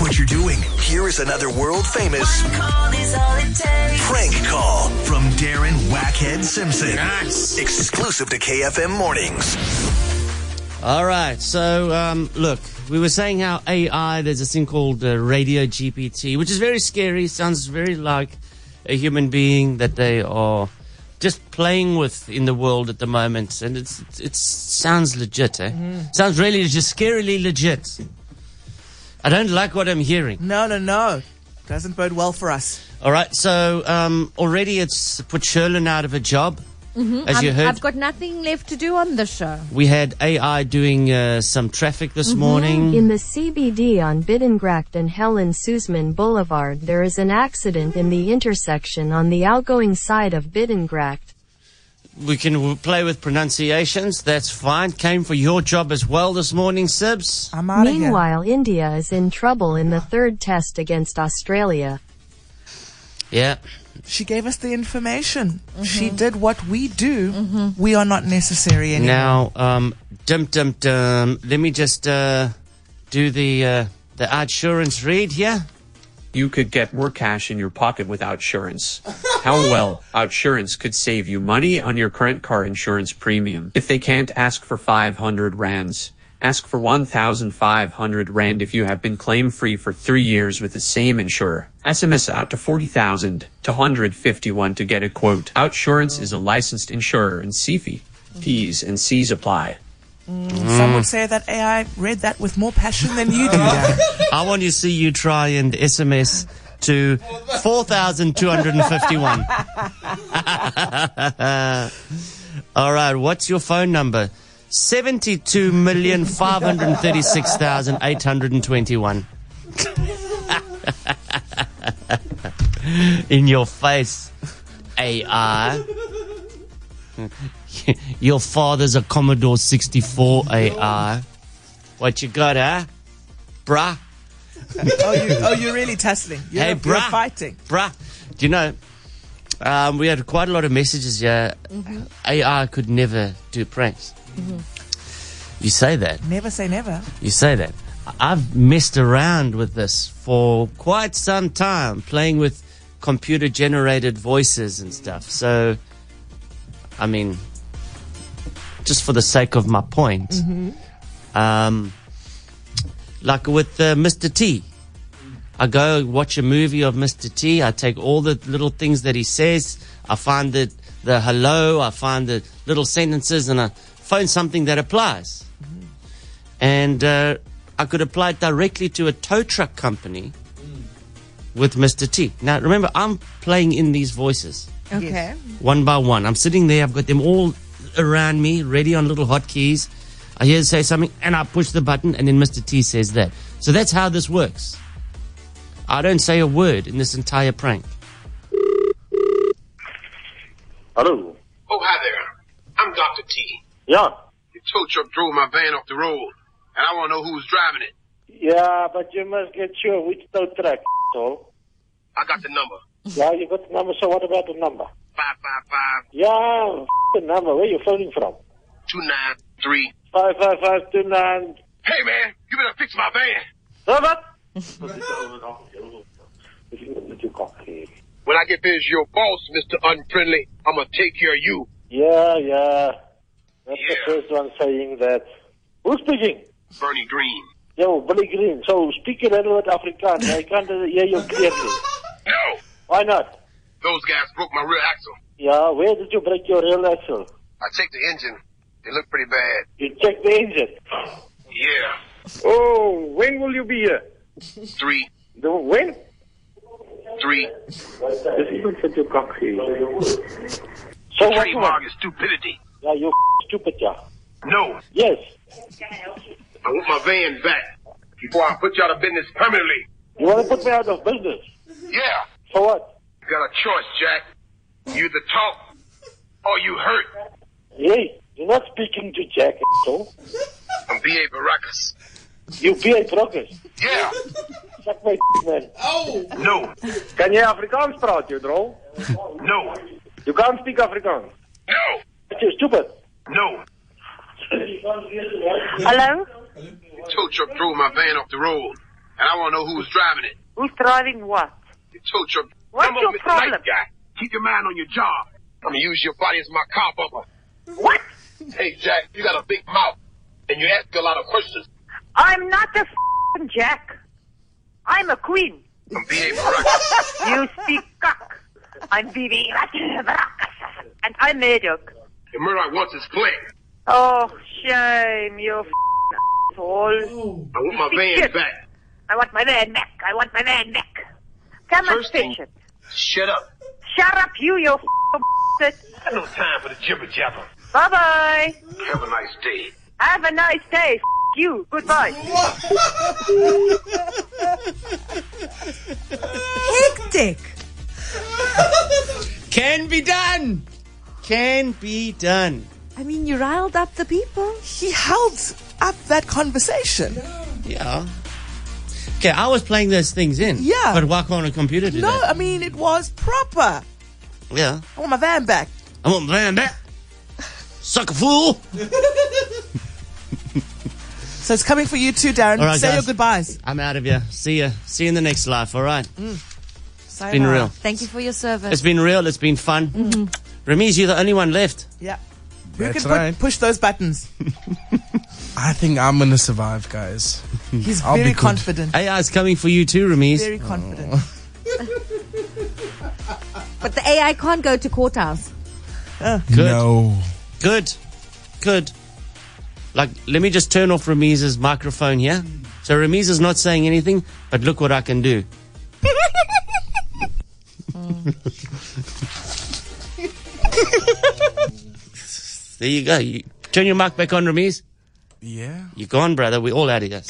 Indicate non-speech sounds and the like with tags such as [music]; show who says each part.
Speaker 1: what you're doing. Here is another world famous
Speaker 2: Call is all it takes.
Speaker 1: prank call from Darren Wackhead Simpson.
Speaker 3: Nice.
Speaker 1: Exclusive to KFM Mornings.
Speaker 4: All right. So, um, look, we were saying how AI, there's this thing called uh, Radio GPT, which is very scary. Sounds very like a human being that they are just playing with in the world at the moment. And it's, it's- it sounds legit, eh? Sounds really just scarily legit. I don't like what I'm hearing.
Speaker 3: No, no, no. Doesn't bode well for us.
Speaker 4: All right. So, um, already it's put Sherlin out of a job. As you
Speaker 5: I'm-
Speaker 4: heard,
Speaker 5: Mm-hmm. Um, I've got nothing left to do on the show.
Speaker 4: we had AI doing uh, some traffic this
Speaker 5: Mm-hmm.
Speaker 4: morning.
Speaker 6: In the CBD on Bidengracht and Helen Suzman Boulevard, there is an accident in the intersection on the outgoing side of Bidengracht.
Speaker 4: We can w- play with pronunciations. That's fine. Came for your job as well this morning, Sibs.
Speaker 3: I'm out of here.
Speaker 6: Meanwhile, India is in trouble in the third test against Australia.
Speaker 4: Yeah.
Speaker 3: She gave us the information. She did what we do. We are not necessary anymore.
Speaker 4: Now, um, dum dum dum. Let me just uh, do the uh, the insurance read here.
Speaker 7: You could get more cash in your pocket with Outsurance. How well Outsurance could save you money on your current car insurance premium. If they can't ask for 500 rands, ask for 1,500 rand if you have been claim free for three years with the same insurer. SMS out to 40,000 to 151 to get a quote. Outsurance is a licensed insurer in CFI. E P's and C's apply.
Speaker 4: Mm.
Speaker 3: Some would say that AI read that with more passion than you do. Dan.
Speaker 4: I want to see you try and SMS to four thousand two hundred and fifty-one. [laughs] All right. What's your phone number? Seventy-two million five hundred thirty-six thousand eight hundred and twenty-one. [laughs] In your face, AI. [laughs] your father's a Commodore 64 AI. What you got, huh? Bruh.
Speaker 3: oh, you, oh, you're really tussling. You're,
Speaker 4: Hey,
Speaker 3: you're
Speaker 4: bruh.
Speaker 3: fighting.
Speaker 4: Bruh, do you know? Um, we had quite a lot of messages here. AI could never do pranks. You say that.
Speaker 3: Never say never.
Speaker 4: You say that. I- I've messed around with this for quite some time, playing with computer generated voices and stuff. So, I mean, just for the sake of my point, um, like with uh, Mr. T. I go watch a movie of Mr. T. I take all the little things that he says. I find the, the hello. I find the little sentences and I find something that applies. And uh, I could apply it directly to a tow truck company with Mr. T. Now, remember, I'm playing in these voices
Speaker 5: Okay.
Speaker 4: one by one. I'm sitting there, I've got them all around me, ready on little hotkeys. I hear it say something, and I push the button, and then Mr. T says that. So that's how this works. I don't say a word in this entire prank.
Speaker 8: Hello.
Speaker 9: Oh, hi there. I'm Dr. T.
Speaker 8: Yeah.
Speaker 9: The tow truck drove my van off the road, and I want to know who was driving it.
Speaker 8: Yeah, but you must get sure which tow truck, so.
Speaker 9: I got the number.
Speaker 8: Yeah, you got the number, so what about the number?
Speaker 9: 555
Speaker 8: Yeah, the number, where you phoning from?
Speaker 9: 293.
Speaker 8: 55529.
Speaker 9: Hey, man, you better fix my van.
Speaker 8: Huh, [laughs] What? Did you call him?
Speaker 9: When I get finished, your boss, Mr. Unfriendly, I'm going to take care of you.
Speaker 8: Yeah, yeah. That's
Speaker 9: Yeah.
Speaker 8: the first one saying that. Who's speaking?
Speaker 9: Bernie Green.
Speaker 8: Yo, Billy Green. So speak a little bit Afrikaans. I can't uh, hear you clearly.
Speaker 9: No,
Speaker 8: Why not?
Speaker 9: those guys broke my rear axle.
Speaker 8: Yeah, where did you break your real axle?
Speaker 9: I checked the engine. It looked pretty bad.
Speaker 8: You checked the engine.
Speaker 9: Yeah.
Speaker 8: Oh, when will you be here?
Speaker 9: Three,
Speaker 8: The when?
Speaker 9: three.
Speaker 8: This is such a cocky. So what you
Speaker 9: Trademark
Speaker 8: want?
Speaker 9: is stupidity.
Speaker 8: Yeah, you stupid, yeah.
Speaker 9: No,
Speaker 8: Yes.
Speaker 9: I want my van back before I put you out of business permanently.
Speaker 8: You want to put me out of business?
Speaker 9: Yeah.
Speaker 8: For what?
Speaker 9: You got a choice, Jack. You either talk or you hurt.
Speaker 8: Hey, you're not speaking to Jack, so
Speaker 9: I'm B.A. Baracus.
Speaker 8: You be a progress.
Speaker 9: Yeah.
Speaker 8: Suck my man.
Speaker 9: No.
Speaker 8: Can you Afrikaans praat, you drol?
Speaker 9: No.
Speaker 8: You can't speak Afrikaans.
Speaker 9: No.
Speaker 8: You're stupid.
Speaker 9: No.
Speaker 8: Hello?
Speaker 9: The tow truck drove my van off the road, and I want to know who was driving it.
Speaker 8: Who's driving what?
Speaker 9: You tow truck.
Speaker 8: What's
Speaker 9: Come
Speaker 8: your
Speaker 9: over, Mr.
Speaker 8: problem?
Speaker 9: Nice guy. Keep your mind on your job. I'm gonna use your body as my car bumper.
Speaker 8: What?
Speaker 9: Hey, Jack, you got a big mouth, and you ask a lot of questions.
Speaker 8: I'm not a f***ing jack. I'm a queen.
Speaker 9: I'm being proactive.
Speaker 8: You speak cock. I'm Bibi. And I'm Murdoch.
Speaker 9: And Murdoch wants his plan.
Speaker 8: Oh, shame, you f***ing asshole.
Speaker 9: I want my van back.
Speaker 8: I want my man back. I want my man back. Come on,
Speaker 9: First thing-
Speaker 8: station.
Speaker 9: Shut up.
Speaker 8: Shut up, you, you f***ing
Speaker 9: I got no time for the jibber jabber.
Speaker 8: Bye-bye.
Speaker 9: Have a nice day.
Speaker 8: Have a nice day. F- you. Goodbye.
Speaker 6: Hectic.
Speaker 4: Can be done. Can be done.
Speaker 6: I mean, you riled up the people.
Speaker 3: He held up that conversation.
Speaker 4: Yeah. Okay, I was playing those things in.
Speaker 3: Yeah.
Speaker 4: But why can't a computer do
Speaker 3: No,
Speaker 4: that?
Speaker 3: I mean, it was proper.
Speaker 4: Yeah.
Speaker 3: I want my van
Speaker 4: [laughs]
Speaker 3: back.
Speaker 4: I won't blame that. Sucker fool.
Speaker 3: So it's coming for you too, Darren.
Speaker 4: All right,
Speaker 3: Say
Speaker 4: guys.
Speaker 3: your goodbyes.
Speaker 4: I'm out of here. See ya. See you in the next life. All right.
Speaker 3: Sayonara.
Speaker 4: Been real.
Speaker 6: Thank you for your
Speaker 4: It's
Speaker 6: service. Mm-hmm.
Speaker 4: been real. It's been fun. Ramiz, you're the only one left.
Speaker 3: Yeah. Who
Speaker 1: That's
Speaker 3: can put,
Speaker 1: right.
Speaker 3: push
Speaker 1: [laughs]
Speaker 3: those buttons?
Speaker 1: I think I'm gonna survive, guys.
Speaker 3: He's
Speaker 1: I'll be
Speaker 3: very
Speaker 1: good. Oh.
Speaker 3: confident.
Speaker 4: AI is coming for you too, Ramiz.
Speaker 3: Very confident.
Speaker 6: But the AI can't go to courthouse.
Speaker 4: Good.
Speaker 1: No.
Speaker 4: Good. Good. Like, let me just turn off Ramiz's microphone here. So Ramiz is not saying anything, but look what I can do. there you go. You, turn your mic back on, Ramiz.
Speaker 1: Yeah.
Speaker 4: You're gone, brother. We're all out of here.